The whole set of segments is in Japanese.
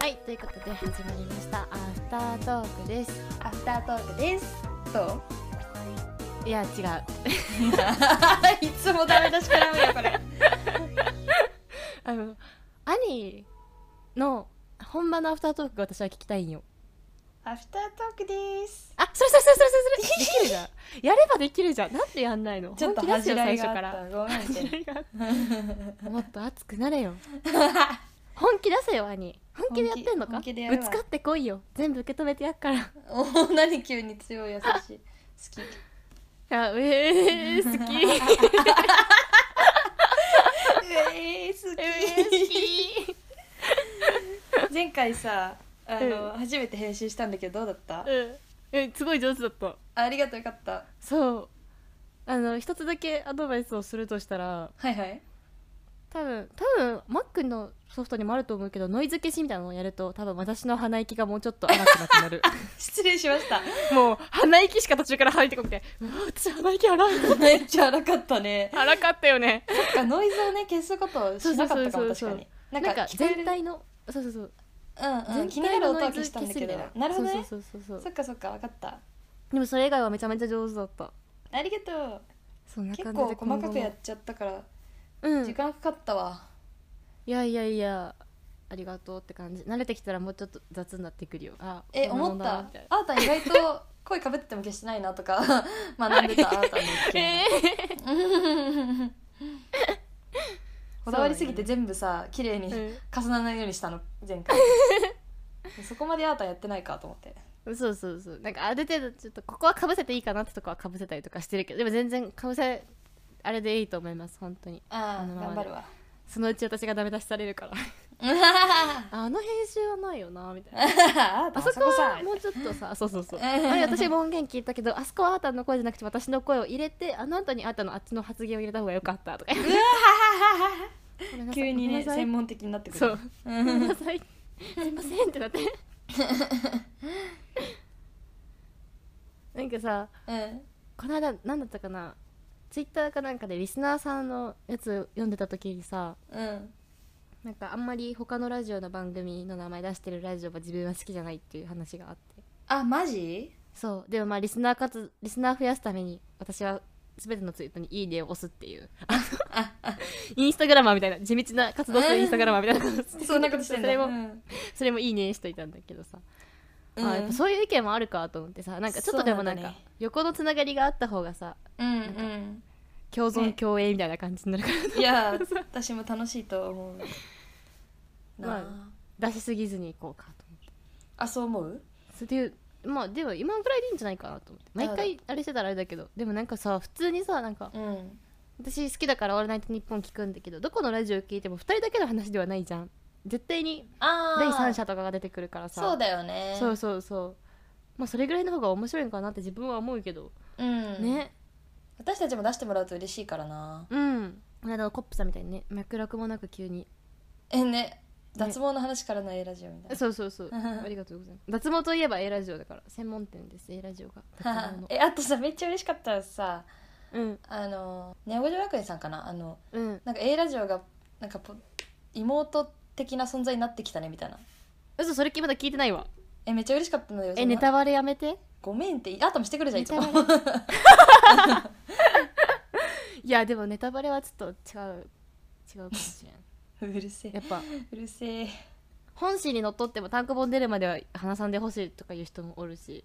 はいということで始まりましたアフタートークですアフタートークですと いや違ういつもダメ出しからむよこれあの兄の本場のアフタートークが私は聞きたいんよアフタートークですあそれそれそれそれそれできるじゃんやればできるじゃんなんでやんないのちょっと本気出す恥じよらい最初がかあらったごめんねもっと熱くな れよ本気出せよ兄本気でやってんのか本気でやるわぶつかってこいよ全部受け止めてやっから お何急に強い優しい好きあうえー、好き うえー、え好ーき好き前回さあの、う初めて編集したんだけどどうだったうんうんすごい上手だったありがとうよかったそうあの一つだけアドバイスをするとしたらはいはい多分多分 Mac のソフトにもあると思うけどノイズ消しみたいなのをやると多分私の鼻息がもうちょっと荒くなくな る失礼しましたもう鼻息しか途中から入ってこなくてうわ私鼻息荒いめっちゃ荒かったね荒かったよねそっかノイズをね消すことをしなかったかそもうそうそう確そうかにななんんかか聞こえる全体のそうそうそううんうん、全気にな体るの音ノはイズ消したん消だすけみたどいななるほどねそうそうそうそそうっかそっか分かったでもそれ以外はめちゃめちゃ上手だったありがとうそんな結感じ構で細かくやっっちゃったからうん時間かかったわ、いやいやいやありがとうって感じ慣れてきたらもうちょっと雑になってくるよあえこんなも思んっだなたみいなあーたん意外と声かぶっても消してないなとか 学んでたあーたんの意見え こだわりすぎて全部さ綺麗にー重ならないようにしたの前 回そこまであーたんやってないかと思ってうんそうそうそうなんかある程度ちょっとここはかぶせていいかなってとこはかぶせたりとかしてるけどでも全然かぶせあれでいいと思います本当にああのあま頑ま張でるわそのうち私がダメ出しされるからあ あの編集はないよなみたいなーたあんそこさはもうちょっと さそうそうそうええあれ私も音源聞いたけどあそこはあーたんの声じゃなくて私の声を入れてあの後にあーたんのあっちの発言を入れた方が良かったとかごめんなさい急ごめにねんなさい専門的になってくるそう うごめんんなさいすいませんってなってなんかさうんこの間何だったかなツイッターかなんかでリスナーさんのやつ読んでた時にさうんなんかあんまり他のラジオの番組の名前出してるラジオは自分は好きじゃないっていう話があってあマジそうでもまあリスナーかつリスナー増やすために私は全てのツイートに「いいね」を押すって いうあのインスタグラマーみたいな地道な活動するインスタグラマーみたいなことをしてそんなことしてんそだれも、うんそれも「いいね」しといたんだけどさ、うんあやっぱそういう意見もあるかと思ってさなんかちょっとでもなんそうなんかだね横のつながりがあった方がさうんうん共ね存共栄みたいな感じになるから、いや私も楽しいと思うなあ、ま出しすぎずにいこうかと思ってあそう思うそれでまあでも今ぐらいでいいんじゃないかなと思って毎回あれしてたらあれだけどでもなんかさ普通にさなんかうん私好きだから「オールナイトニッポン」聞くんだけどどこのラジオ聞いても2人だけの話ではないじゃん絶対にああ第三者とかが出てくるからさそうだよねそうそうそうまあそれぐらいの方が面白いのかなって自分は思うけど、うんね私たちも出してもらうと嬉しいからなうんこの間のコップさんみたいにね脈絡もなく急にえね脱毛の話からの A ラジオみたいな そうそう そうありがとうございます脱毛といえば A ラジオだから専門店です A ラジオ が脱毛のえあとさめっちゃ嬉しかったらさうんあのネオ五条楽園さんかなあのうんなんか A ラジオがなんかポ妹的な存在になってきたねみたいな嘘それまだ聞いてないわえめっちゃ嬉しかったのよえネタバレやめてごめんってあともしてくるじゃんいつもネタいやでもネタバレはちょっと違う違うかもしれ んうるせえやっぱうるせえ本誌にのっとっても単行本出るまでは話さんでほしいとかいう人もおる し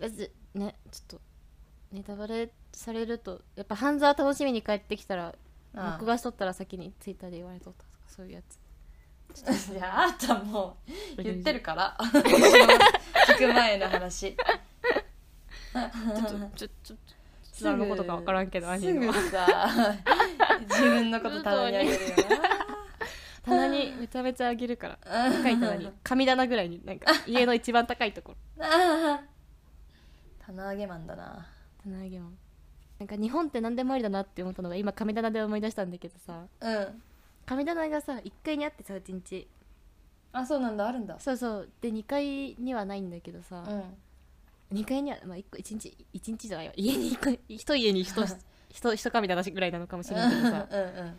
だってねちょっとネタバレされるとやっぱ半沢楽しみに帰ってきたらあ録画しとったら先にツイッターで言われとったとかそういうやついやあーたもう言ってるから 聞く前のち話ょっとちょちょちょあのことか分からんけどす兄ぐのさ自分のこと棚にあげるよ棚にめちゃめちゃあげるからな高い 棚に神棚ぐらいに なんか家の一番高いところあー棚上げマンだな棚上げもなんか日本って何でもありだなって思ったのが今神棚で思い出したんだけどさうん神棚がさ1階にあってさうちんちあそうなんだあるんだそうそうで2階にはないんだけどさう、ん二2階には、まあ、1, 個一日一日じゃないわ家に一個 一家に一一一神棚ぐらいなのかもしうれんないけどさうん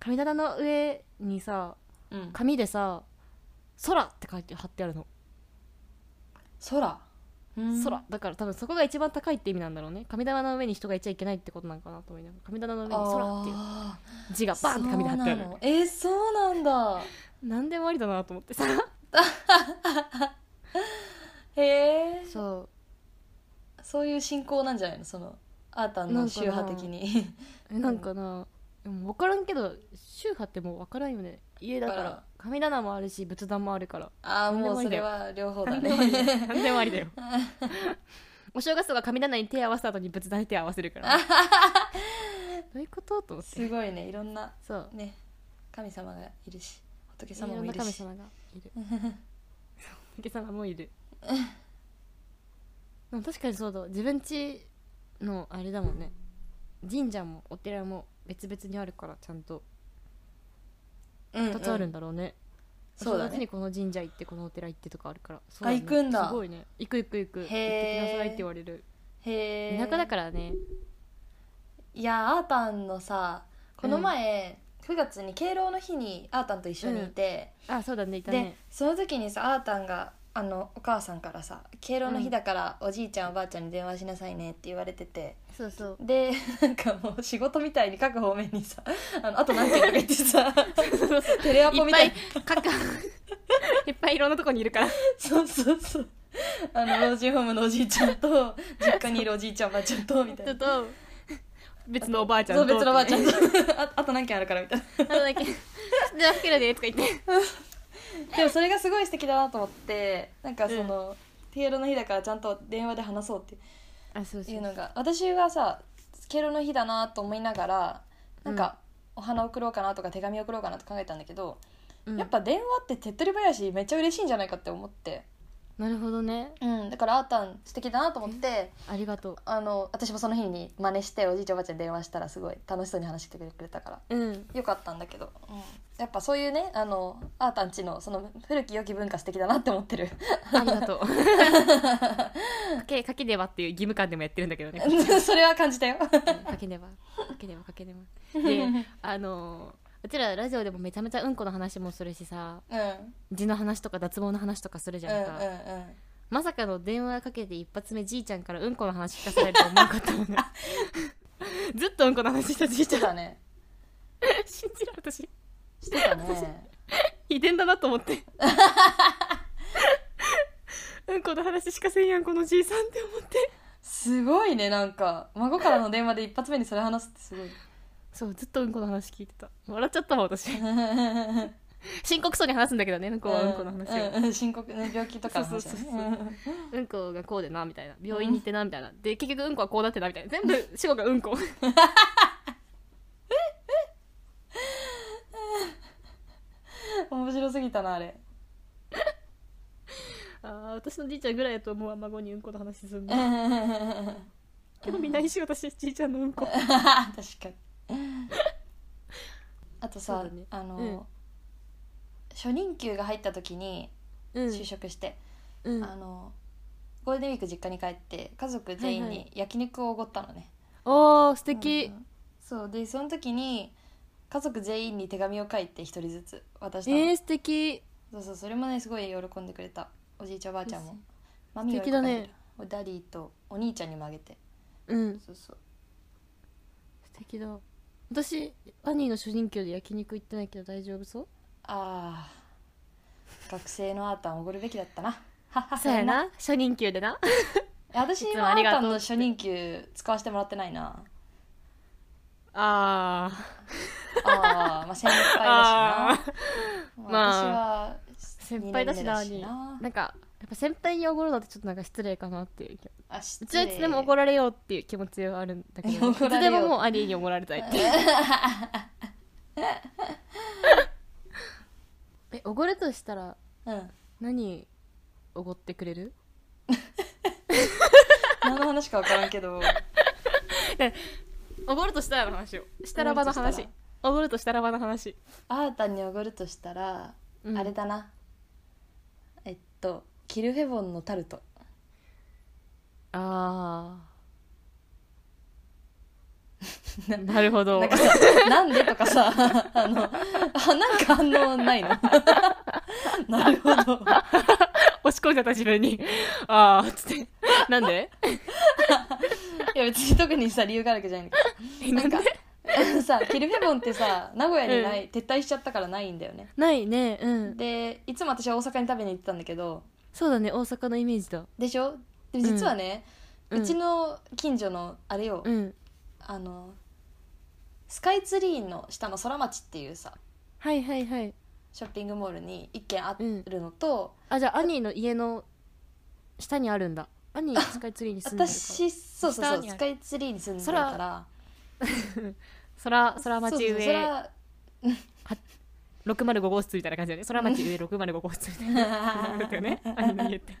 神棚の上にさうん紙でさ「空」って書いて貼ってあるの空うん空だから多分そこが一番高いって意味なんだろうね神棚の上に人がいちゃいけないってことなんかなと思いながら神棚の上に「空」っていうあ字がーバンって紙で貼ってあるそうなのえーそうなんだなんでもありだなと思ってさへえそそうういう信仰なんじゃないのそのアータンの宗派的 にえなんかな、でも分からんけど宗派ってもう分からんよね家だか分からんら神棚もあるし仏壇もあるからああなんでももういいんだそれよは両方だ何で もありだよね何でもありだよお正月とか神棚に手合わせた後に仏壇に手合わせるから どういうことと思っすてごいねいろんなそうね神様がいるし仏いろ様んもいなる神し様がいる仏様もいる でも確かにそうだ自分家のあれだもんね神社もお寺も別々にあるからちゃんとうん2つあるんだだろうね、おそう正だ月ねにこの神社行ってこのお寺行ってとかあるからそうあ行くんだすごいね行く行く行く行ってきなさいって言われるへえ田舎だからねいやアータンのさこの前、9月に敬老の日にアータンと一緒にいて、あそうだねいたでねその時にさアータンがあのお母さんからさ「敬老の日だからおじいちゃんおばあちゃんに電話しなさいね」って言われててそう そうで なんかもう仕事みたいに各方面にさあのあと何件とか言ってさ テレアポいっみぱたいいかか いっぱいいろんなとこにいるからそうそうそうあの老人ホームのおじいちゃんと実家にいるおじいちゃんおばあちゃんとみたいちょなっ。と別のおばあちゃんそとう別のおばあ ちゃんとと ああと何件あるからみたいなあとだけ「じゃあけるで」とか言ってでもそれがすごい素敵だなと思ってなんかその、敬老の日だからちゃんと電話で話そうってあそういうのが私はさ敬老の日だなと思いながらなんか、お花送ろうかなとか手紙送ろうかなと考えたんだけど、うんやっぱ電話って手っ取り早いしめっちゃ嬉しいんじゃないかって思って、なるほどねうん、だからあーたん素敵だなと思ってありがとあの私もその日に真似しておじいちゃんおばあちゃんに電話したらすごい楽しそうに話してくれたからううんよかったんだけど、うん、やっぱそういうねあのあーたんちのその古き良き文化素敵だなって思ってる ありが とうかけかけねばっていう義務感でもやってるんだけどねそれは感じたよ かけねばかけねばかけねばで あのうちらラジオでもめちゃめちゃうんこの話もするしさうんうん字の話とか脱毛の話とかするじうゃんんうか、んまさかの電話かけて一発目じいちゃんからうんこの話聞かされると思わなかったもんね ずっとうんこの話したじいちしてゃんたね 信じられん私してた ね遺伝だなと思ってうんこの話しかせんやんこのじいさんって思ってすごいねなんか孫からの電話で一発目にそれ話すってすごいそうずっとうんこの話聞いてた笑っちゃったわ 私深刻そうに話すんだけどね向こうはうんこの話を、うんうんうん深刻ね病気とかの話だねそうそうそううんこがこうでなみたいな病院に行ってなみたいなで結局うんこはこうだってなみたいな全部主語がうん こうん面白すぎたな あれあー私のじいちゃんぐらいやと思うわ孫にうんこの話すんうのんうんうんうんうん興味ないし私じいちゃんのうんこ確かにあとそさ、うだねあの、うん初任給が入った時にうん就職して、うんあのゴールデンウィーク実家に帰って家族全員はいはに焼肉をおごったのね、おー素う敵んそうでその時に家族全員に手紙を書いて一人ずつ渡したの、えー、素敵そうそうそれもねすごい喜んでくれたおじいちゃんおばあちゃんも嬉マミー素敵だねは喜んでるダディとお兄ちゃんにもあげてうんそうそう素敵だ私アニーの主人公で焼肉行ってないけど大丈夫そうあー学生のアータンおごるべきだったなな初任給でな私いつもはアあーりがとタうンの初任給使わせてもらってないな あーああまあ先輩だしあな、ーまあ、私は先輩だしなア二年ニ目ーななんかやっぱ先輩におごるのってちょっとなんか失礼かなっていうあう失ちはいつでも怒られようっていう気持ちはあるんだけど 怒いつられでようももうアニーに怒られたいって えおごるとしたらうん何おごってくれる何の話か分からんけどおごるとしたらの話をしたらばの話おごるとしたらばの話アータンにおごるとしたら、うんあれだなえっとキルフェボンのタルトああ なるほどなんかさ なんでとかさ、あの、あ、なんか反応ないのな なるほど押し込んじゃった自分に ああっつってなんでいや別に特にさ理由があるわけじゃないんだえ なけどんかでさキルフェボンってさ名古屋にない、撤退しちゃったからないんだよねないねうんでいつも私は大阪に食べに行ってたんだけどそうだね大阪のイメージだでしょでも実はね、ううんちの近所のあれよ、うんあのスカイツリーの下の空町っていうさはいはいはいショッピングモールに一軒あるのと、あじゃあ兄の家の下にあるんだ兄スカイツリーに住んでるから私そうそうそ下うにあるスカイツリーに住んでるから空空町そうそう上605号室みたいな感じだよね空町上605号室みたい な感じだよ ね兄の家って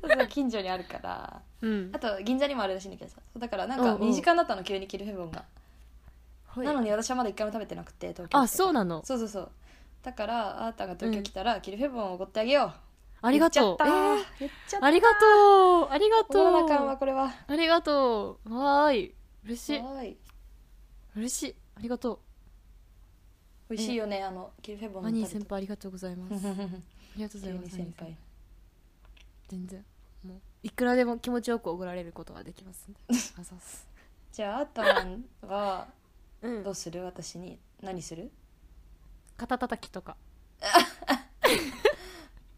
そら近所にあるからうんあと銀座にもあるらしいんだけどさだからなんうんかうん身近になったの急にキルフェボンが、ほいなのに私はまだ一回も食べてなくて東京来てからあそうなのそうそうそうだからあなたが東京来たら、キルフェボンをおごってあげようありがとう言っちゃった、えー言っちゃったありがとうありがコロナ禍とはうこれはありがとうわーい嬉しいおい嬉しいありがと美味しいよねあのキルフェボうンマニー先食輩ありがとうございまべ すてありがとうござ急いまにす先輩全然もういくらでも気持ちよくおごられることができますん であざっすじゃああたまんはうんどうする私に何する肩たたきとか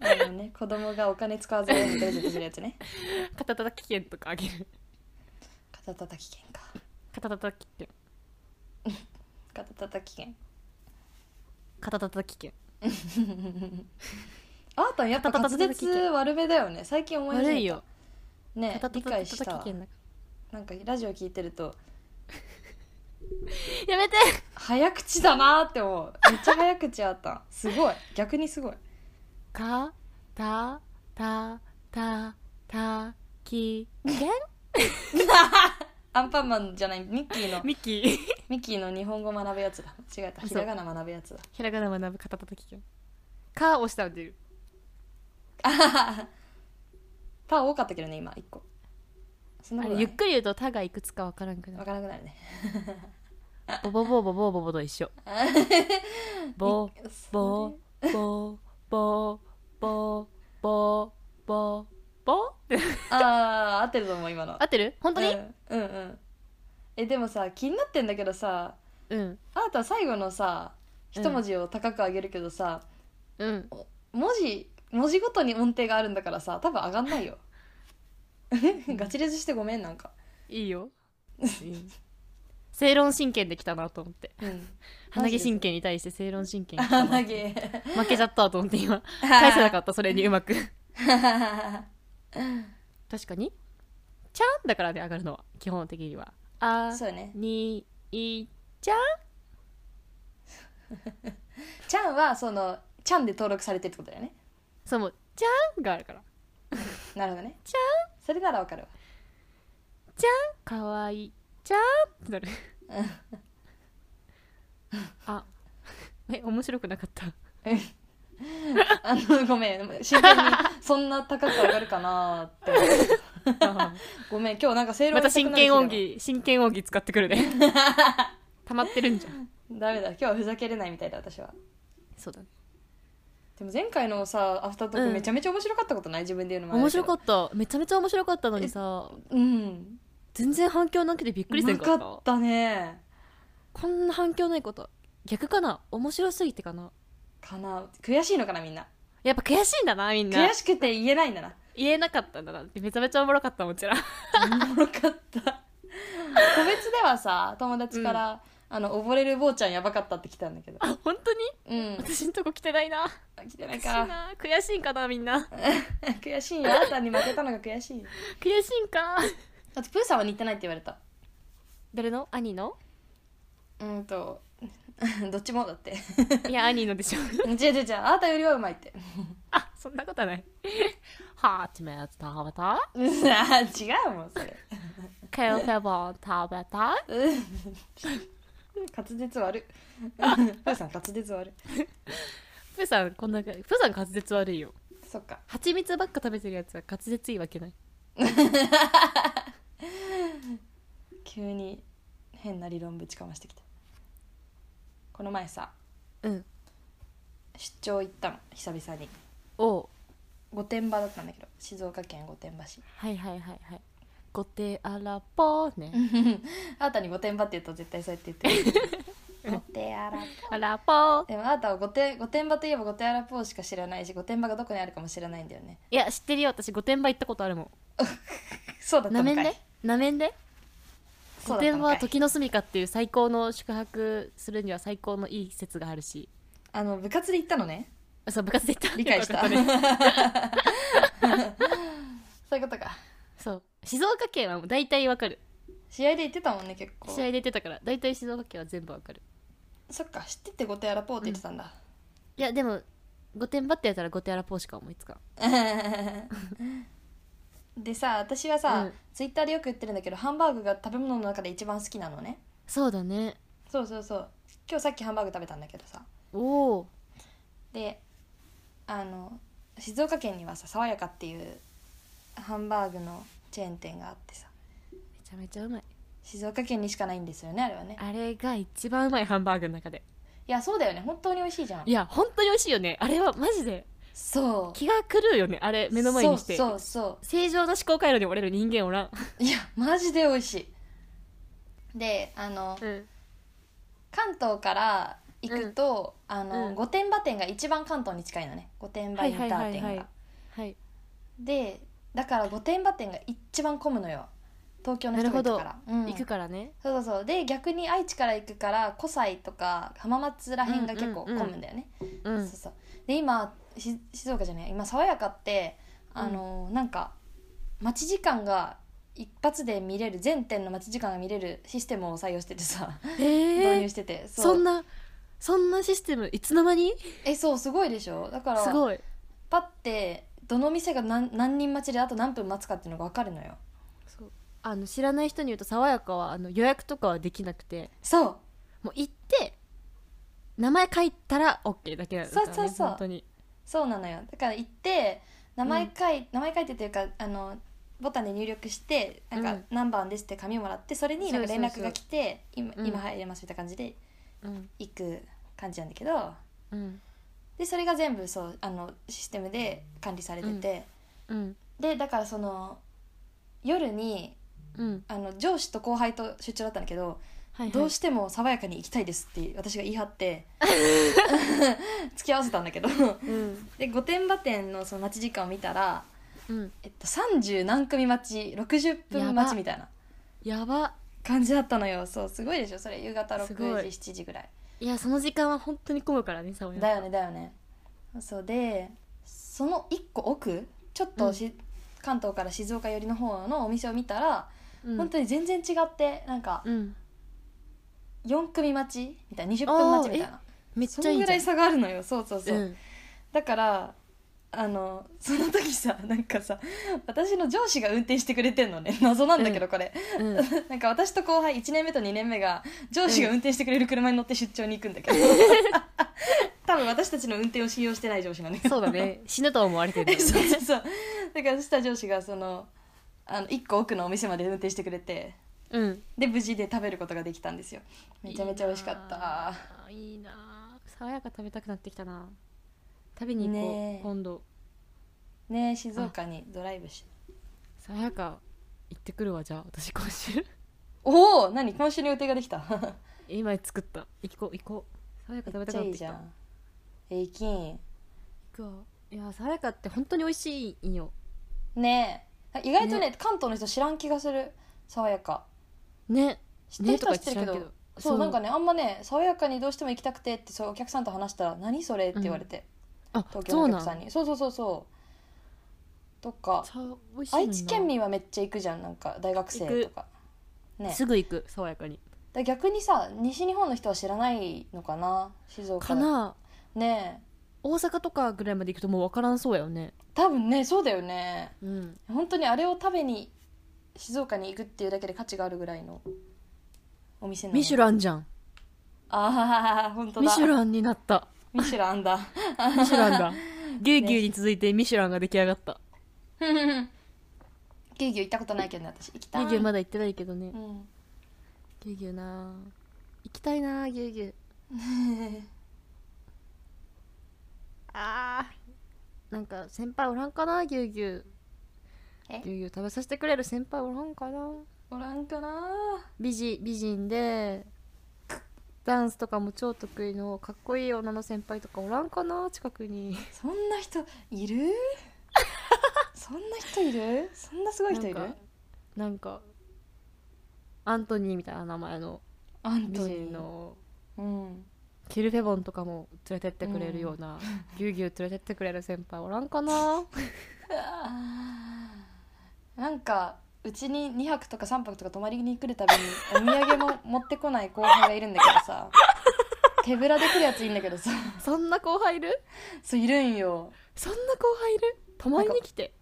あのね 子供がお金使わずにプレゼントするやつね肩たたき券とかあげる肩たたき券か肩たたき券肩たたき券肩たたき券あーたんやっぱ滑舌悪めだよね最近思い始めた悪いよね肩た理た解きしたたわき券だかなんかラジオ聞いてるとらやめて早口だなーって思うめっちゃ早口あったんすごい逆にすごいかたたたたき券 アンパンマンじゃないミッキーのミッキ ーミッキーの日本語学ぶやつだ違えたそうひらがな学ぶやつだ ひらがな学ぶ肩たたき券か押したんでるあははパー多かったけどね今一個そんなあこれとゆないっくり言うと「た」がいくつかわからんくなわるからなくなるねボボボボボボボボと一緒 ボボボボボボボボ ってあー合ってると思う今の合ってる本当にうん、うんうんえでもさ気になってんだけどさうんあなた最後のさ一文字を高く上げるけどさ、うん文字文字ごとに音程があるんだからさ多分上がんな いよガチレズしてごめんなんかいいよ正論神経できたなと思ってうん鼻毛神経に対して正論神経に来たな鼻毛負けちゃったと思って 今返せなかったそれにうまく 確かにちゃんだからね上がるのは基本的にはあ そうねにいちゃんちゃんはそのちゃんで登録されてるってことだよねそうもうちゃんがあるからなるほどねちゃそれならわかるわじゃんかわいいじゃんってなるあえ面白くなかったあのごめん真剣にそんな高く上がるかなーって 思ってごめん今日なんか正論またしたく真なる日剣だ奥義真剣奥義使ってくるね溜まってるんじゃんダメだ今日はふざけれないみたいだ私はそうだねでも前回のさアフタートークうんめちゃめちゃ面白かったことない、自分で言うのも面白かっっためちゃめちゃ面白かったのにさたうん全然反響なくてびっくりせなんかかったったねこんな反響ないこと逆かな面白すぎてかなかな悔しいのかなみんなやっぱ悔しいんだなみんな悔しくて言えないんだな言えなかったんだなってめちゃめちゃおもろかったもちろんおもろかった個別ではさ友達から、あの溺れる坊ちゃんやばかったって来たんだけどあ本当にうん私んとこ来てないな来てな悔いしいなか悔しいんかなみんな悔しいよあなたに負けたのが悔しい悔しいんかあとプーさんは似てないって言われた誰の兄のうんと どっちもだって いや兄のでしょ違う違う違うあなたよりはうまいってあそんなことはないはちみつ食べたうん あ違うもんそれケーセボン食べたうん滑舌悪い プーさん滑舌悪いプーさんこんなプーさん滑舌悪いよそっか蜂蜜ばっか食べてるやつは滑舌いいわけない急に変な理論ぶちかましてきたこの前さうん出張行ったの久々におう御殿場だったんだけど静岡県御殿場市はいはいはいはいごてあらぽーねあなたに御殿場って言うと絶対そうやって言ってる 御殿あらあらぽーでもあなたは御殿御殿場といえば御殿あらぽーしか知らないし御殿場がどこにあるかも知らないんだよねいや知ってるよ私御殿場行ったことあるもんそうだったなめのんかいでなめんでそ御うだった殿の場かはい時の住みかっていう最高の宿泊するには最高のいい施設があるしあの部活で行った のねあそう部活で行った理解したよくそう わかんないいうことかそう静岡県はもう大体わかる試合で行ってたもんね結構試合で出てたから大体静岡県は全部わかるそっか知ってて御殿あらぽーって言ってたん だ、いやでも御殿場ってやったら御殿あらぽーしか思いつかんでさ私はさ、うんツイッターでよく言ってるんだけどハンバーグが食べ物の中で一番好きなのねそうだねそうそうそう今日さっきハンバーグ食べたんだけどさおおであの静岡県にはさ爽やかっていうハンバーグのチェーン店があってさめちゃめちゃうまい静岡県にしかないんですよねあれはねあれが一番うまいハンバーグの中でいやそうだよね本当に美味しいじゃんいや本当に美味しいよねあれはマジでそう気が狂うよねあれ目の前にしてそうそうそ正常な思考回路に折れる人間おらん、ういやマジで美味しいであの、ん、関東から行くと、あのうん御殿場店が一番関東に近いのね御殿場インター店が、はいはいはいはいはいでだから御殿場店が一番混むのよ東京の人が行くから、うん行くからねそうそうそうで逆に愛知から行くから湖西とか浜松らへんが結構うんうんうん混むんだよね、うそうそうで今し静岡じゃない今爽やかってあの、なんか待ち時間が一発で見れる全店の待ち時間が見れるシステムを採用しててさ、導え入ー、しててそんななそんなシステムいつの間にえそうすごいでしょだからすごいパッてどの店が何何人待ちであと何分待つかっていうのが分かるのよそうあの知らない人に言うと爽やかはあの予約とかはできなくてそうもう行って名前書いたら OK だけなんだから、ね、そうそうそう本当にそうなのよだから行って名前書い、名前書いてというかあのボタンで入力してなんかうん何番ですって紙をもらってそれになんかそう連そうそう絡が来て今うん今入れますみたいな感じでうん行く感じなんだけどうんでそれが全部そうあのシステムで管理されてて、うんでだからその夜にうんあの上司と後輩と出張だったんだけど、はいはいどうしても爽やかに行きたいですって私が言い張って 付き合わせたんだけどうんで御殿場店のその待ち時間を見たらうんえっと、30何組待ち60分待ちみたいなやば感じだったのよそうすごいでしょそれ夕方すごい6時7時ぐらいいやその時間は本当に混むからね爽やかだよねだよねそうでその1個奥ちょっとし、関東から静岡寄りの方のお店を見たら、うん本当に全然違ってなんかうん4組待ちみたいな20分待ちみたいなめっそちゃいのいじぐらゃいん差があるのよそうそうそう、うんだからあのその時さなんかさ私の上司が運転してくれてんのね謎なんだけどこれ、うんなんか私と後輩1年目と2年目が上司が運転してくれる車に乗って出張に行くんだけど、 多分私たちの運転を信用してない上司なんだけどそうだね 死ぬと思われてるえそうそうそうだからそした上司がそのあの1個奥のお店まで運転してくれてうんで無事で食べることができたんですよめちゃめちゃ美味しかったいいなぁ爽やか食べたくなってきたな食べに行こう、ねえ今度ねえ静岡にドライブし爽やか行ってくるわじゃあ私今 週おお何今週の予定ができた今作った行こう行こう爽やか食めべ ったくちゃなっいていきじたゃんえいきん行くわいや爽やかって本当に美味しいんよねえ意外とね関東の人知らん気がする爽やかね知ってる人はね知ってるけど,、とか知らんけどそうそうなんかねあんまね爽やかにどうしても行きたくてってそうお客さんと話したら「何それ?」って言われて、あ東京そのうおな客んさんにそうそうそうそうとか超美味しいもん愛な知県民はめっちゃ行くじゃんなんか大学生とかねすぐ行く爽やかにだ逆にさ西日本の人は知らないのかな静岡かなねえ大阪とかぐらいまで行くともう分からんそうやよね多分ねそうだよねうん本当にあれを食べに静岡に行くっていうだけで価値があるぐらいのお店なのミシュランじゃんああ本当だミシュランになったミシュランだミシュラン だぎゅうぎゅうに続いてミシュランが出来上がったギュウギュウ行ったことないけどね私行きぎたゅいうぎゅうまだ行ってないけどねうんぎゅうぎゅう なあ行きたいなあぎゅうぎゅうなんか先輩おらんかなぎゅうぎゅうえぎゅうぎゅう食べさせてくれる先輩おらんかなおらんかな美人美人でダンスとかも超得意のかっこいい女の先輩とかおらんかな近くにそんな人いる そんな人いるそんなすごい人いるなんかなんかアントニーみたいな名前のアン美トニー人のうんキルフェボンとかも連れてってくれるような、ぎゅうぎゅう連れてってくれる先輩おらんかな なんかうちに2泊とか3泊とか泊まりに来るたびにお土産も 持ってこない後輩がいるんだけどさ手ぶらで来るやついいんだけどさそんな後輩いるそういるんよそんな後輩いる泊まりに来て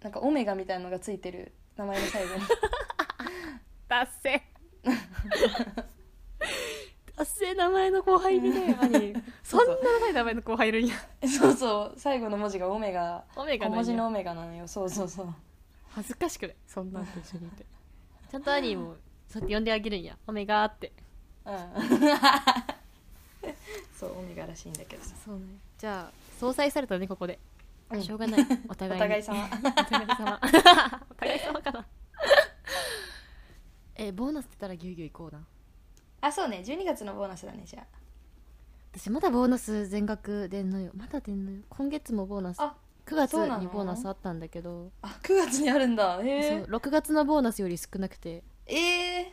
なんかオメガみたいなのがついてる名前の最後に達成達成名前の後輩いるね兄 そんな長い名前の後輩いるんや そうそう最後の文字がオメガオメガ小な文ん字やのオメガなのよそうそうそう恥ずかしくないそんなんと一緒にいてちゃんと兄もそうやって呼んであげるんや「オメガ」ってうん そうオメガらしいんだけどさそうねじゃあ相殺されたねここで、うんしょうがない おお互いに互い様お互い様お互い様かな えボーナスって言ったらぎゅうぎゅう行こうなあそうね12月のボーナスだねじゃ私まだボーナス全額出んのよまだ出んのよ今月もボーナスあ9月そうなにのボーナスあったんだけどああ9月にあるんだそへうえ6月のボーナスより少なくてええ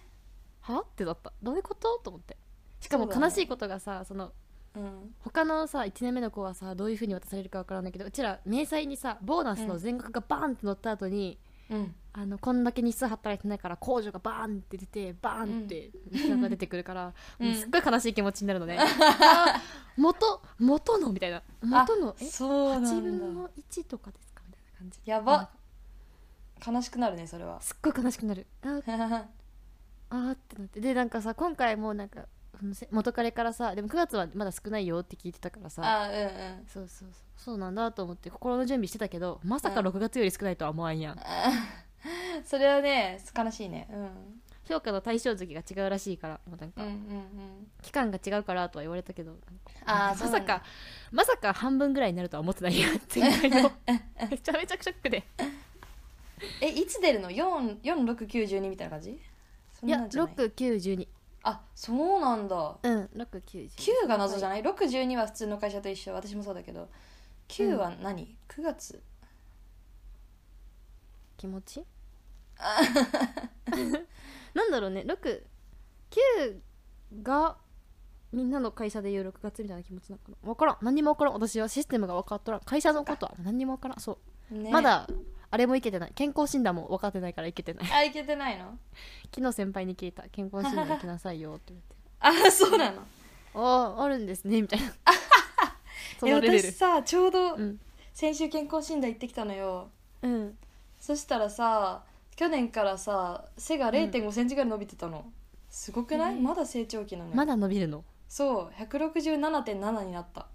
はってだったどういうことと思ってしかもそうだね悲しいことがさそのうん他のさ1年目の子はさどういうふうに渡されるかわからないけどうちら明細にさボーナスの全額がバーンって乗った後に、うんあのこんだけ日数働いてないから控除がバーンって出てバーンって日額が出てくるから、うんもうすっごい悲しい気持ちになるの ね、あー元元のみたいな元のえそうな8ん分だの1とかですかみたいな感じやなんばか悲しくなるねそ れはすっごい悲しくなるあーあーってなってでなんかさ今回もなんかそのせ元彼からさでも9月はまだ少ないよって聞いてたからさあうんうんそうそうそうそうなんだと思って心の準備してたけどまさかうん6月より少ないとは思わんやん、それはね悲しいねうん評価の対象月が違うらしいからもうなんか、うんうんうん期間が違うからとは言われたけどなんかあーまそうなさんだかまさか半分ぐらいになるとは思ってないや 前回のめちゃめちゃショックでえいつ出るの46912みたいな感じそいんやなんじゃない6912あそうなんだうん6912 9が謎じゃない612は普通の会社と一緒私もそうだけど9は何、?9 月気持ち なんだろうね69がみんなの会社で言う6月みたいな気持ちなのかな分からん何にも分からん私はシステムが分かっとらん会社のことは何にも分からんそうねまだあれもいけてない健康診断も分かってないからいけてないあいけてないの昨日先輩に聞いた健康診断行きなさいよって言わ れてあそうなのあああるんですねみたい なそえのレベ私ルさちょうどうん先週健康診断行ってきたのようんそしたらさ去年からさ背が0 5センチぐらい伸びてたの、すごくない、えーまだ成長期なのよまだ伸びるのそう167.7になった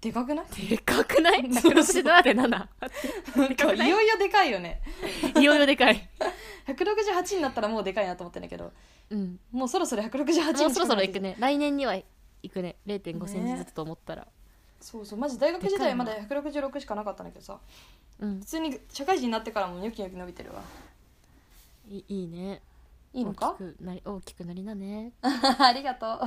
でかくないでかくないそうそう167.7なんかかくないいよいよでかいよねいよいよでかい168になったらもうでかいなと思ってんだけどうんもうそろそろ168に近くもなっうてそろそろ行くね来年には行くね0.5センチずつと思ったら、そうそうマジ大学時でかい代なまだ166しかなかったんだけどさうん普通に社会人になってからもニョキニョキ伸びてるわいいいねいいのか大きくなり大きくなりなね ありがとう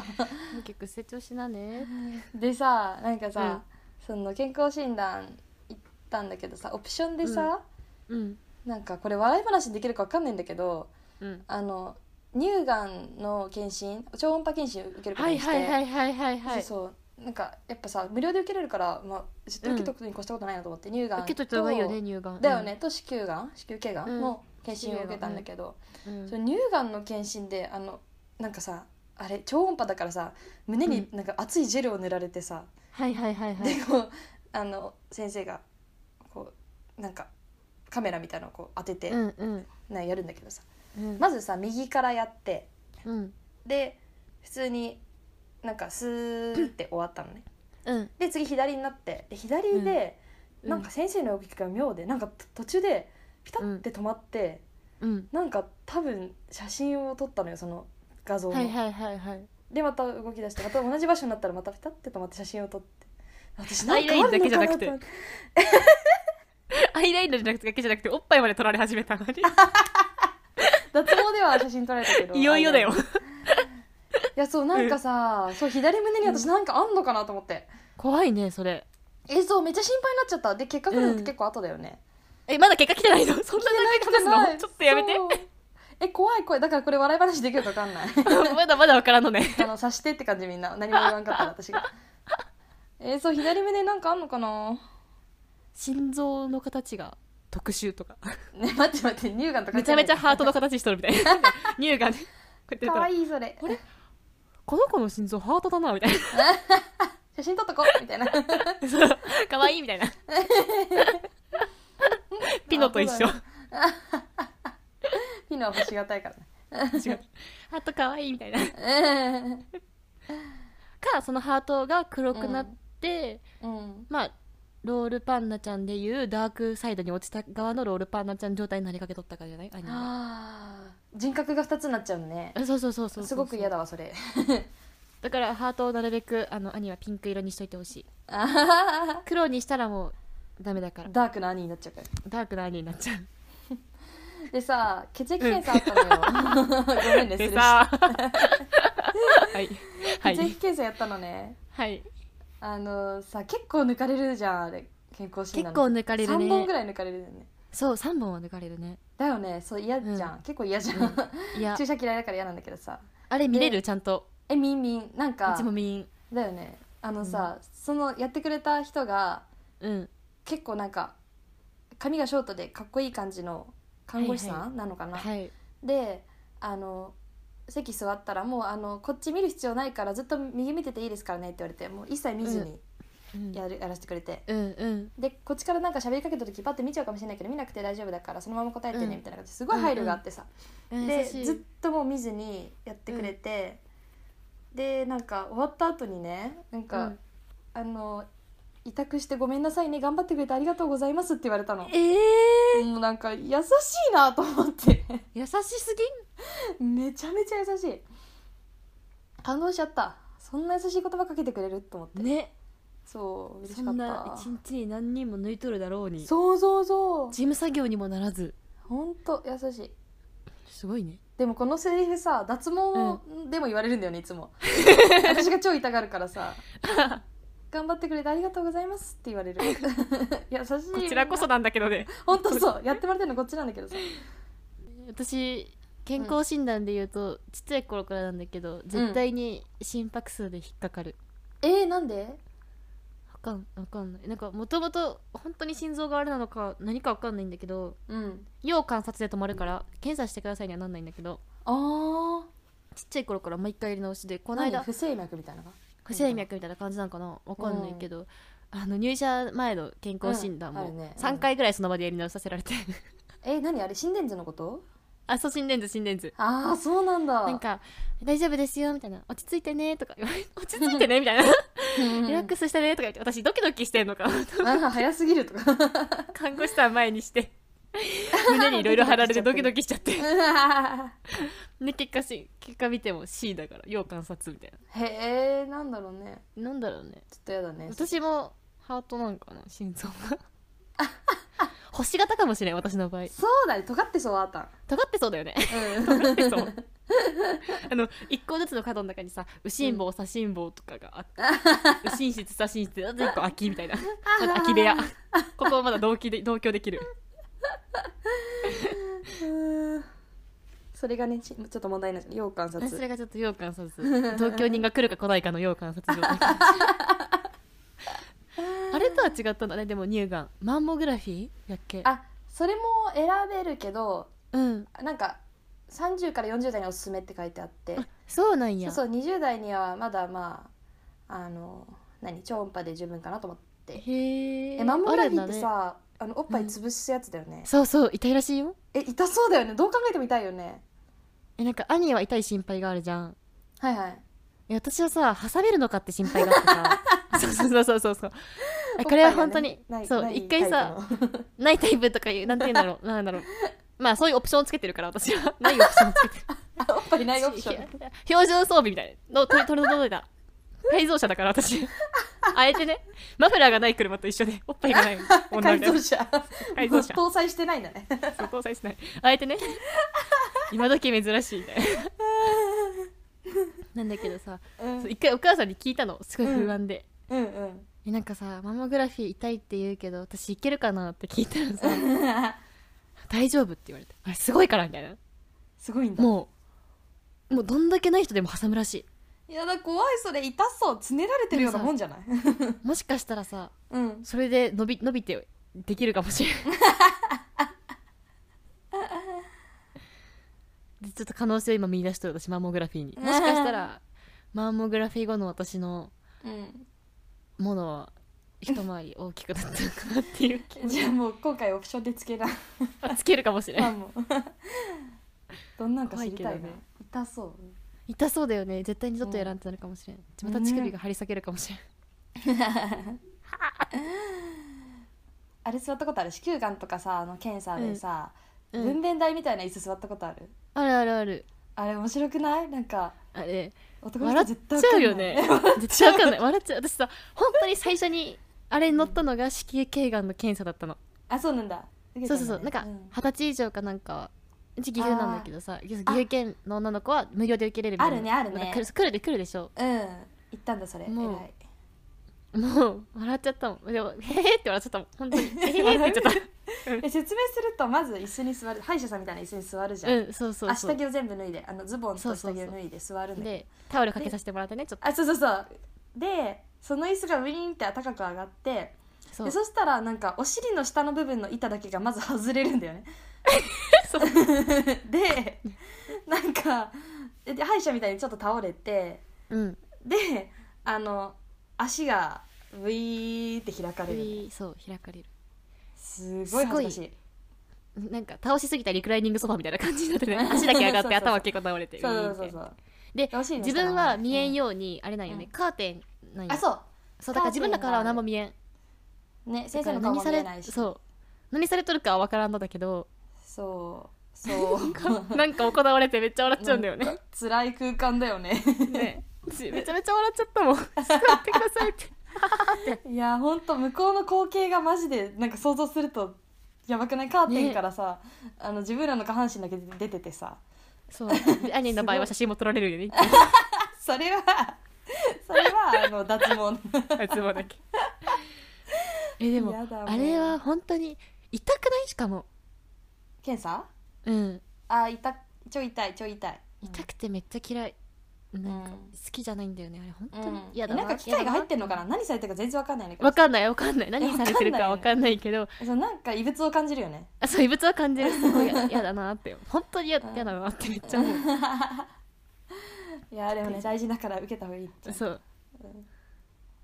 大きく成長しなねでさなんかさ、その健康診断行ったんだけどさオプションでさ、うんなんかこれ笑い話にできるか分かんないんだけどうんあの乳がんの検診超音波検診受けることはいにして、はいはいはいはいはいそうそうなんかやっぱさ無料で受けれるから、まあ、ずっと受けとくことに越したことないなと思って、乳がん受けといた方がいいよね乳がんだよね、、と子宮がん子宮頸がうんんの検診を受けたんだけど、うんその乳がんの検診であのなんかさあれ超音波だからさ胸になんか熱いジェルを塗られてさ、はいはいはいはいでこうあの先生がこうなんかカメラみたいなのをこう当てて、うんうんなんかやるんだけどさうんまずさ右からやってうんで普通になんかスーって終わったのねうんで次左になってで左で、うんなんか先生の動きが妙でなんか途中でピタッて止まって、うんなんか多分写真を撮ったのよその画像の、はいはいはいはいでまた動き出してまた同じ場所になったらまたピタッて止まって写真を撮って私アなイんかラあインだるのけじゃなくかてなと アイラインだけじゃなくておっ ぱいまで取られ始めたのに脱毛では写真撮られたけどいよいよだよアイラインいやそうなんかさ、そう左胸に私なんかあんのかなと思って、怖いねそれ映像めっちゃ心配になっちゃったで結果来るのって結構後だよね、えまだ結果来てないの そんな来長ていな話いすのちょっとやめてそうえ怖い怖いだからこれ笑い話できるか分かんない まだまだわからんのねあの察してって感じみんな何も言わんかったら私がえー、そう左胸なんかあんのかな 心臓の形が特殊とかね待って待って乳がんとかめちゃめちゃハートの形しとるみたい な乳がねこうやってやったかわらいいそれあれこの子の心臓ハートだなみたい写真撮っとこうみたい ななそう可愛いみたい なピノと一緒 ピノは欲しがたいからね違うハート可愛いみたいなえかそのハートが黒くなって、ーうんまあロールパンナちゃんでいうダークサイドに落ちた側のロールパンナちゃん状態になりかけとったからじゃないアニメはあー人格が二つになっちゃうねあそうそうそうそうそうすごく嫌だわ それだからハートをなるべくあの兄はピンク色にしといてほしいあははは黒にしたらもうダメだからダークな兄になっちゃうからダークな兄になっちゃうでさ血液検査あったのよごめんねす でるしさはいは血液い検査やったのねはいあのさ結構抜かれるじゃんあれ健康診断結構抜かれるね3本ぐらい抜かれるよねそう三本は抜かれるねだよねそう嫌じゃん、結構嫌じゃん、いや注射嫌いだから嫌なんだけどさあれ見れるでちゃんとえみんみんなんうかちもみんだよねあのさ、そのやってくれた人がうん結構なんか髪がショートでかっこいい感じの看護師はいさんなのかな、はいであの席座ったらもうあのこっち見る必要ないからずっと右見てていいですからねって言われてもう一切見ずにうんやる、やらせてくれてうんうんでこっちからなんか喋りかけた時パッて見ちゃうかもしれないけど見なくて大丈夫だからそのまま答えてうんねみたいな感じですごい配慮があってさ、うんで優しいずっともう見ずにやってくれて、でなんか終わった後にねなんか、うんあの委託してごめんなさいね頑張ってくれてありがとうございますって言われたのええもうなんか優しいなと思って優しすめちゃめちゃ優しい感動しちゃったそんな優しい言葉かけてくれると思ってぎんねそう嬉しそかんっなた一日に何人も抜いとるだろうに事そうそうそう務作業にもならずほんと優しいすごい ねでもこのセリフさ脱毛でも言われるんだよね、い つも私が超痛がるからさ頑張ってくれてありがとうございますって言 われる優しいなんだけどね本当そうやってもらってるのこっちなんだけどさ私健康診断で言うと、ちっちゃい頃からなんだけど絶対に心拍数で引っかかる、えー、なんでわかんわかんないなんかもともと本当に心臓があれなのか何かわかんないんだけどうん要観察で止まるから検査してくださいにはなんないんだけどあちっちゃい頃から毎回やり直しでここのの間間不整脈みたいなのが不整脈みたいな感じなんかなわかんないけど、あの入社前の健康診断うんあもるねうん3回ぐらいその場でやり直させられてえー、何あれ心電図のことあそう心電図心電図ああそうなんだなんか「大丈夫ですよ」みたいな「落ち着いてね」とか言われて「落ち着いてね」みたいなうんリラックスしたねとか言って私ドキドキしてんのかあー早すぎるとか 看護師さん前にして胸にいろいろ貼られてドキドキしちゃってで結果し結果見ても C だから要観察みたいへえなんだろうねななんだろうねちょっとやだね私もハートなんかな心臓が星型かもしれん私の場合そうだね尖ってそうあーたん尖ってそうだよねうん尖ってそう あの一個ずつの角の中にさ右心房左心房とかがあ って右心室左心室あと一個空きみたいななんか空き部屋ここまだ同期で同居でき るうーん それがねちちょっと問題なんですよ要観察それがちょっと要観察 同居人が来るか来ないかの要観察状 態あれとは違ったんだねでも乳がんマンモグラフィーやっけあそれも選べるけどうんなんか30から40代におすすめって書いてあってあそうなんそやうそう20代にはまだまああの何超音波で十分かなと思ってへえマンモグラフィーっあるんてだねさあ、のおっぱい潰すやつだよね、そうそう痛いらしいよえ痛そうだよねどう考えても痛いよねえなんか兄は痛い心配があるじゃんはい はいえ私はさ挟めるのかって心配があ ってさそうそうそうそうそうえこれは本当に、おっぱいがねないそうない一回さタイ プのないタイプとかいうなんて言うんだろ うなんだろうまあそういうオプションをつけてるから私はないオプションをつけてるあおっぱいないオプション標準装備みたいなのを取り取り除いた改造車だから私あえてねマフラーがない車と一緒でおっぱいがない女 改みたい造な車改造車 搭載してないんだねそう搭載しないあえてね今時珍しい みたいななんだけどさう んそう一回お母さんに聞いたのすごい不安で、う んうんえなんかさマンモグラフィー痛いって言うけど私いけるかなって聞いたらさ大丈夫って言われてあれすごいからみたいなすごいんだもうもうどんだけない人でも挟むらしいやだ怖いそれ痛そうつねられてるようなもんじ ゃないいもしかしたらさうんそれで伸び伸びてできるかもし れないでちょっと可能性を今見出してる私マンモグラフィーにもしかしたらマンモグラフィー後の私のうんものは一回り大きくなったのかなっていう気 じゃあもう今回オプションでつけなあつけるかもしれあないもう どんなんか知りたい怖いけねどね痛そう痛そうだよね絶対にちょっとやらんってなるかもしれん、また乳首が張り裂けるかもしれん、あれ座ったことある子宮がんとかさあの検査でさ、うん分娩台みたいな椅子座ったことあるあるあるあるあれ面白くないなんかあれ男の笑人っ絶ち対ゃうわよかんない ね 絶対わかんない笑っちゃう私さ本当に最初にあれに乗ったのが子宮頸がんの検査だったのあそうなんだ受けそうたそうそうなんかん二十歳以上かなんかはうち岐阜なんだけどさ岐阜県の女の子は無料で受けれるみたいなあるねあるねなんか来る来るで来るでしょうん行ったんだそれもう偉いもう笑っちゃったもんでも「へへ」って笑っちゃったもん本当に「へへ」って言っちゃっ え説明するとまず椅子に座る歯医者さんみたいな椅子に座るじゃたん、うんそうそうあそ下う着を全部脱いであのズボンと下着を脱いで座るんだけどでタオルかけさせてもらってねちょっとあそうそうそうでその椅子がウィーンって高く上がってそそうでそしたらなんかお尻の下の部分の板だけがまず外れるんだよね そう でなんかで歯医者みたいにちょっと倒れてうんであの足がウィーって開かれるそう開かれるすごい恥ずかしいなんか倒しすぎたリクライニングソファみたいな感じになってね足だけ上がっ そてうそうそう頭結構倒れてそうそうそウィーンっうてそうでお尻の自下分は見えんよ、ようにあれなんよね、うんカーテンなんよあそそうだから自分らからは何も見えんうね先生の顔も見えないしそうそう何されとるかは分からんのだけ ど そうそうなんか行われてめっちゃ笑っちゃうんだよねなんか辛い空間だよ ねね私めちゃめちゃ笑っちゃったもん座ってくださいっていやほんと向こうの光景がマジでなんか想像するとやばくないカーテンからさ、あの自分らの下半身だけ出ててさそうでアニーの場合は写真も撮られるよねそれは それはあの脱毛あつもだけえでもやだもうあれは本当に痛くないしかも検査うんあ痛ちょい痛いちょい痛い痛くてめっちゃ嫌いなんかうん好きじゃないんだよねあれ本当にうん嫌だえなんか機械が入ってんのかな何されてるか全然わかんないね分かんない分かんない何されてるかわ分かかんないけどそうなんか異物を感じるよねあそう異物は感じるすご い嫌だなって本当に嫌嫌だなってめっちゃ思ういやでもね大事だから受けた方がいいってそう、うん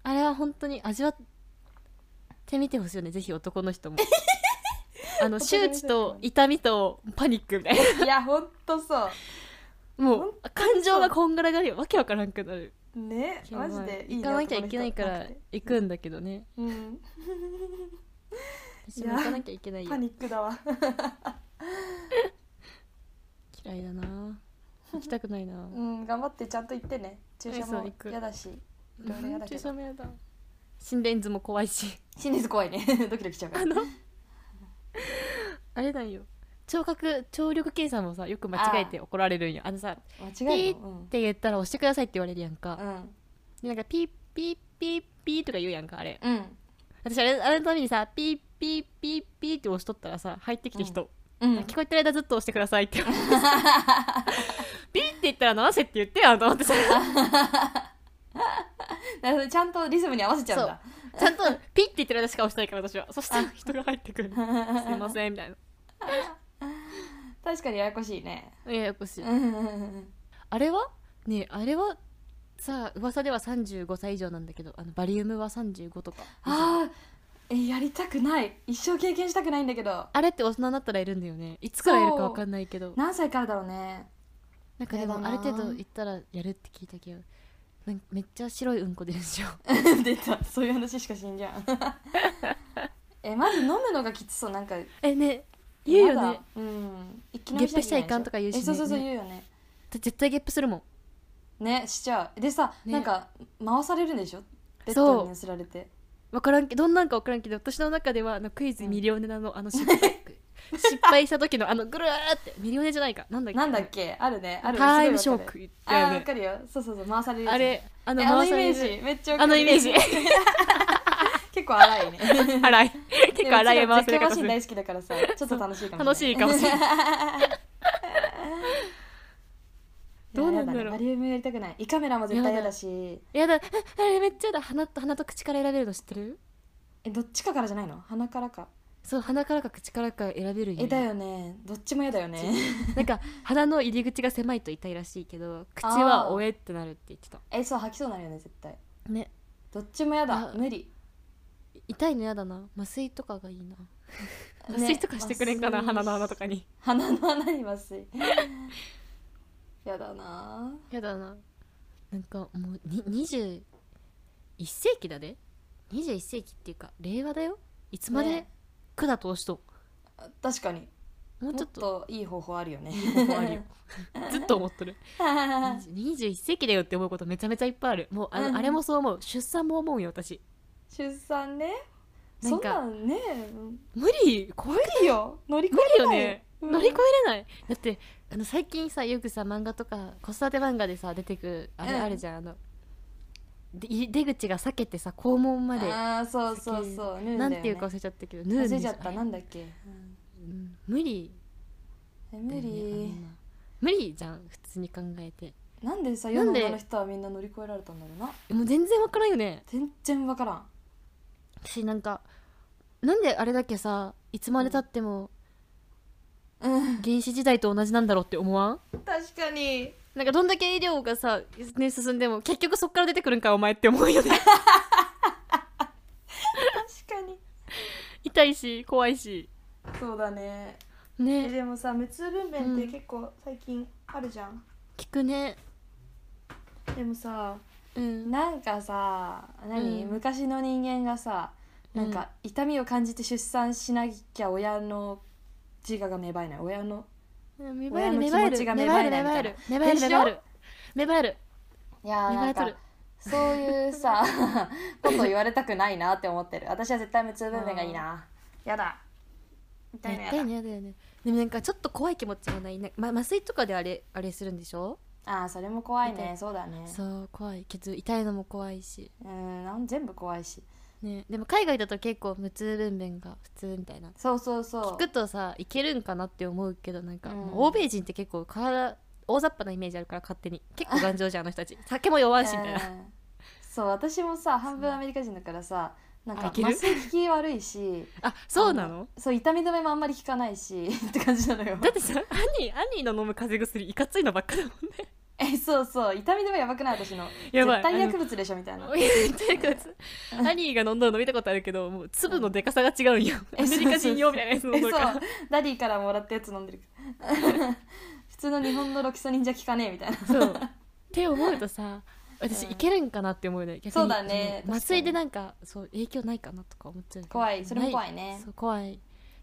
あれは本当に味わってみてほしいよねぜひ男の人 もあの男の周人も知と痛みとパニックみたいないやほんとそ もう本感情がこんがらがるよわけわからんくなるうねマジでいいね行かなきゃいけないか男のら人行くんだけどねうん私も行かなきゃいけないよパニックだわ嫌いだな行きたくないなうん頑張ってちゃんと行ってね注射そうも行く嫌だしいろいろ嫌だけ注ど射も嫌だ心電図も怖いし心電図怖いね ドキドキしちゃうかあらのあれなんよ聴覚聴力検査もさよく間違えて怒られるんよあのさ間違いピのうんって言ったら押してくださいって言われるやんか、うんでなんかピッピッピッピーとか言うやんかあれうん私あれあれのためにさピッピッピッピーって押しとったらさ入ってきて人、うん聞こえてる間ずっと押してくださいって ピーって言ったら直せって言ってやんと思ってさなるほどちゃんとリズムに合わせちゃうんだちゃんとピッって言ってる間しか押したいから私はそしたら人が入ってくるすいませんみたい 確かにややこしいねなややこしいうんうんうんあれはねえあれはさ噂では35歳以上なんだけどあのバリウムは35とかあーえやりたくない一生経験したくないんだけどあれって大人になったらいるんだよねいつからいるかわかんないけど何歳からだろうね なんかでやもだなある程度行ったらやるって聞いたけどなんかめっちゃ白いうんこ出るでしょ出たそういう話しかしんじゃん えまず飲むのがきつそうなんかえね言うよまねだうん一気飲みゲップしちゃいかんとか言うしねえそうそうそう言うよね絶対ゲップするもんねしちゃうでさ、ねなんか回されるんでしょベッドそにう寄せられて分からんけどどんなんか分からんけど私の中ではあのクイズミリオネナのあの 失敗、失敗した時のあのぐるーってミリオネじゃないかなんだっけなんだっけあるねあるタイムすシごいョわかッるクあだよーわねかるよそうそうそう回されるやつあれあのえあの回イさメれーるジめっちゃわかあるのイメージ 結構荒いね荒い結構荒い回さ絶れ叫マ方シすンる大好きだから さちょっと 楽しいかも楽しいかもしれないどうなんだろういややねバリウムやりたくない胃カメラも絶対嫌だしやだあれめっちゃだ鼻と鼻と口から選べるの知ってるえどっちかからじゃないの鼻からかそう鼻からか口からか選べるんえだよねどっちも嫌だよねなんか鼻の入り口が狭いと痛いらしいけど口はおえってなるって言ってたえそう吐きそうになるよね絶対ねどっちも嫌だあ無理痛いのやだな麻酔とかがいいなね麻酔とかしてくれんかな、麻酔鼻の穴とかに鼻の穴に麻酔 やだなやだななんかもうに21世紀だで21世紀っていうか令和だよいつまでね管通しと、あ確かにもうもちょっっとといい方法あるよね方法あ るよずっと思っとる出21世紀だよって思うことめちゃめちゃいっぱいあるもうあの、うんあれもそう思う出産も思うよ私産ねなそんんかなんね無理怖いいいよ乗り越無え理れよないね、うん乗り越えれないだってあの最近さよくさ漫画とか子育て漫画でさ出てくるあれうんあるじゃん、あので出口が避けてさ肛門までああそうそうそう縫んだなよんねていうか忘れちゃったけど縫うん忘でれしちょゃったなんだっけうんうん無理えだ無よね理あんな無理じゃん普通に考えてなんでさな世んので中の人はみんな乗り越えられたんだろうなもう全然わからんよね全然わからん私なんかなんであれだけさいつまでたってもうん原始時代と同じなんだろうって思わん確かになんかどんだけ医療がさ、ね、進んでも結局そっから出てくるんかお前って思うよね確かに 痛いし怖いしそうだねえねでもさ無痛分娩っうんて結構最近あるじゃん、聞くねでもさうんなんかさ何、うん昔の人間がさなんうんか痛みを感じて出産しなきゃ親の自我が芽生えない親の芽生える芽芽生生ええるる芽生芽生ええるる芽生えるでし芽ょ生える芽生えるいやー芽生なえんとるかそういう さこと言われたくないなって思ってる私は絶対無痛分娩がいいなやだ痛いのやっやたよだねやだよねでもなんかちょっと怖い気持ちもないな、ま、麻酔とかであれあれするんでしょああそれも怖い痛ねいそうだねそう怖いけど痛いのも怖いしうんなん全部怖いしねでも海外だと結構無痛分娩が普通みたいなそうそうそう聞くとさいけるんかなって思うけどなんか、うんまあ欧米人って結構体大雑把なイメージあるから勝手に結構頑丈じゃんあの人 たち酒も弱いしみたいなうんそう私もさ半分アメリカ人だからさなんあかいける麻酔効き悪いしあそうなのそう痛み止めもあんまり効かないし って感じなのよだってさアニーアニーの飲む風邪薬いかついのばっかだもんね えそうそう痛み止めやばくない私のやばい絶対薬物でしょみ たいなおいてかつアニーが飲んだの飲みたことあるけどもう粒のでかさが違うんよアえメリカ人用みたいなやつ飲んえどそるうからダディからもらったやつ飲んでる 普通の日本のロキソニンじゃ効かねえみたいなそう って思うとさ私うんいけるんかなって思うね逆にそうだねあの麻確かに酔でなんかそう影響ないかなとか思っちゃうけど怖いそれも怖いなねそう怖い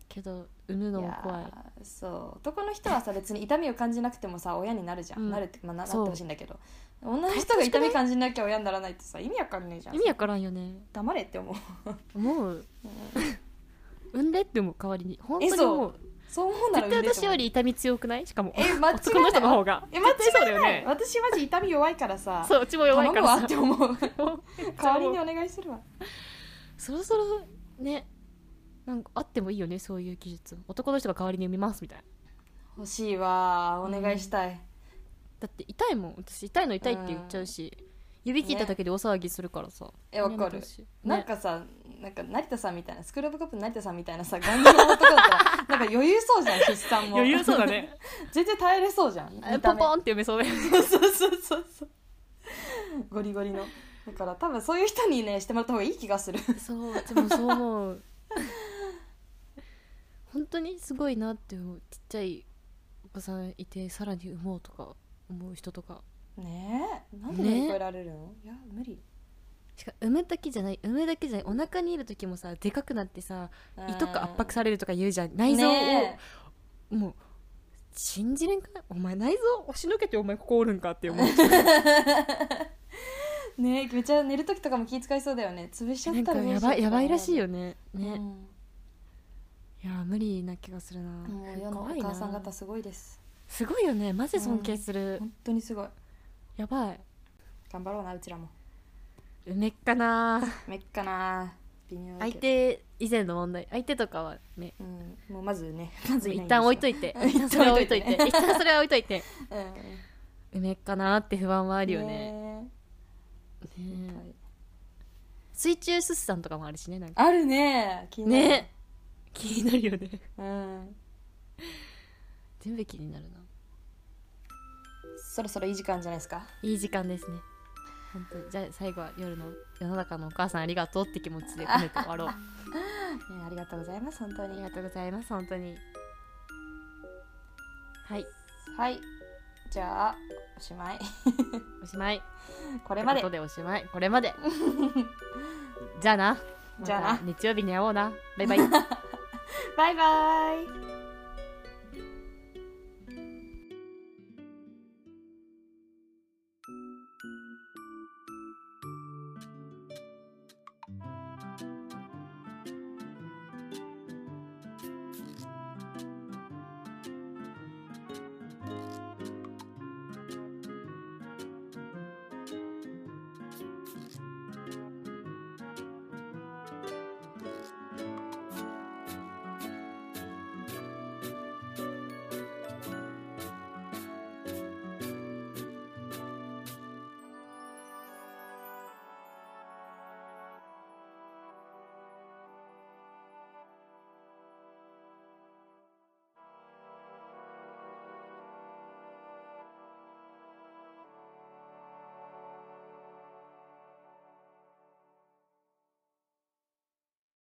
けど産むのも怖いやーそう男の人はさ別に痛みを感じなくてもさ親になるじゃん、うんなるって、まあ、ななってそうほしいんだけど女の人が痛み感じなきゃ親にならないってさ意味わかんねえじゃん意味わからんよね黙れって思うもう産んでっても代わりに本当にそうもうそう思うなら絶対私よりり痛み強くないしかもえ間違いない男の人の方がえ間違絶対そうだいよない、ね私マジ痛み弱いからさ そううちも弱い頼かむらわさって思 うもう代わりにお願いするわそろそろねなんかあってもいいよねそういう技術男の人が代わりに産みますみたいな欲しいわお願いしたい、だって痛いもん私痛いの痛いって言っちゃうし、指切っただけで大騒ぎするからさ、えわかやめてるほしいなんねかさなんか成田さんみたいなスクールオブコップの成田さんみたいなさ頑丈な 男だったらなんか余裕そうじゃん出産も余裕そうだね 全然耐えれそうじゃんあ見ポたン目ポンって埋めそうだよね そうそうそうそうそうゴリゴリのだから多分そういう人にねしてもらった方がいい気がするそうでもそう思う本当にすごいなって思うちっちゃいお子さんいてさらに産もうとか思う人とかねえなんで乗り越えられるの、いや無理しかも産むだけじゃない産むだけじゃないお腹にいる時もさでかくなってさ胃とか圧迫さされるとか言うじゃん内臓を、ねもう信じれんかお前内臓押しのけてお前ここおるんかって思うねえめっちゃ寝る時とかも気遣いそうだよね潰しちゃなっんたからやばいやばいらしいよよねね、いやー無理な気がするなもう世のお怖いな母さん方すごいですすごいよねマジ尊敬する、本当にすごいやばい頑張ろうなうちらもうめっかなめっかな微妙だけ相ど手以前の問題相手とかはねうんもうまずね まず一旦置いといいて一旦それは置置いいとといいてて 一旦それは置いとい てて、うん、うめっかなって不安はああるよねね水中すすさんとかもあるしねなんかあるね気になるね気になるよねうん全部気になるなそろそろいい時間じゃないですかいい時間ですね本当にじゃあ最後は夜の世の中のお母さんありがとうって気持ちで込めて終わろうあねありがとうございます本当りにがとうございます本当にはいはいじゃあおしまい おしまいここれまでことでおしまいこれ までじゃあなじゃあなまた日曜日に会おうなバイバイバイバイ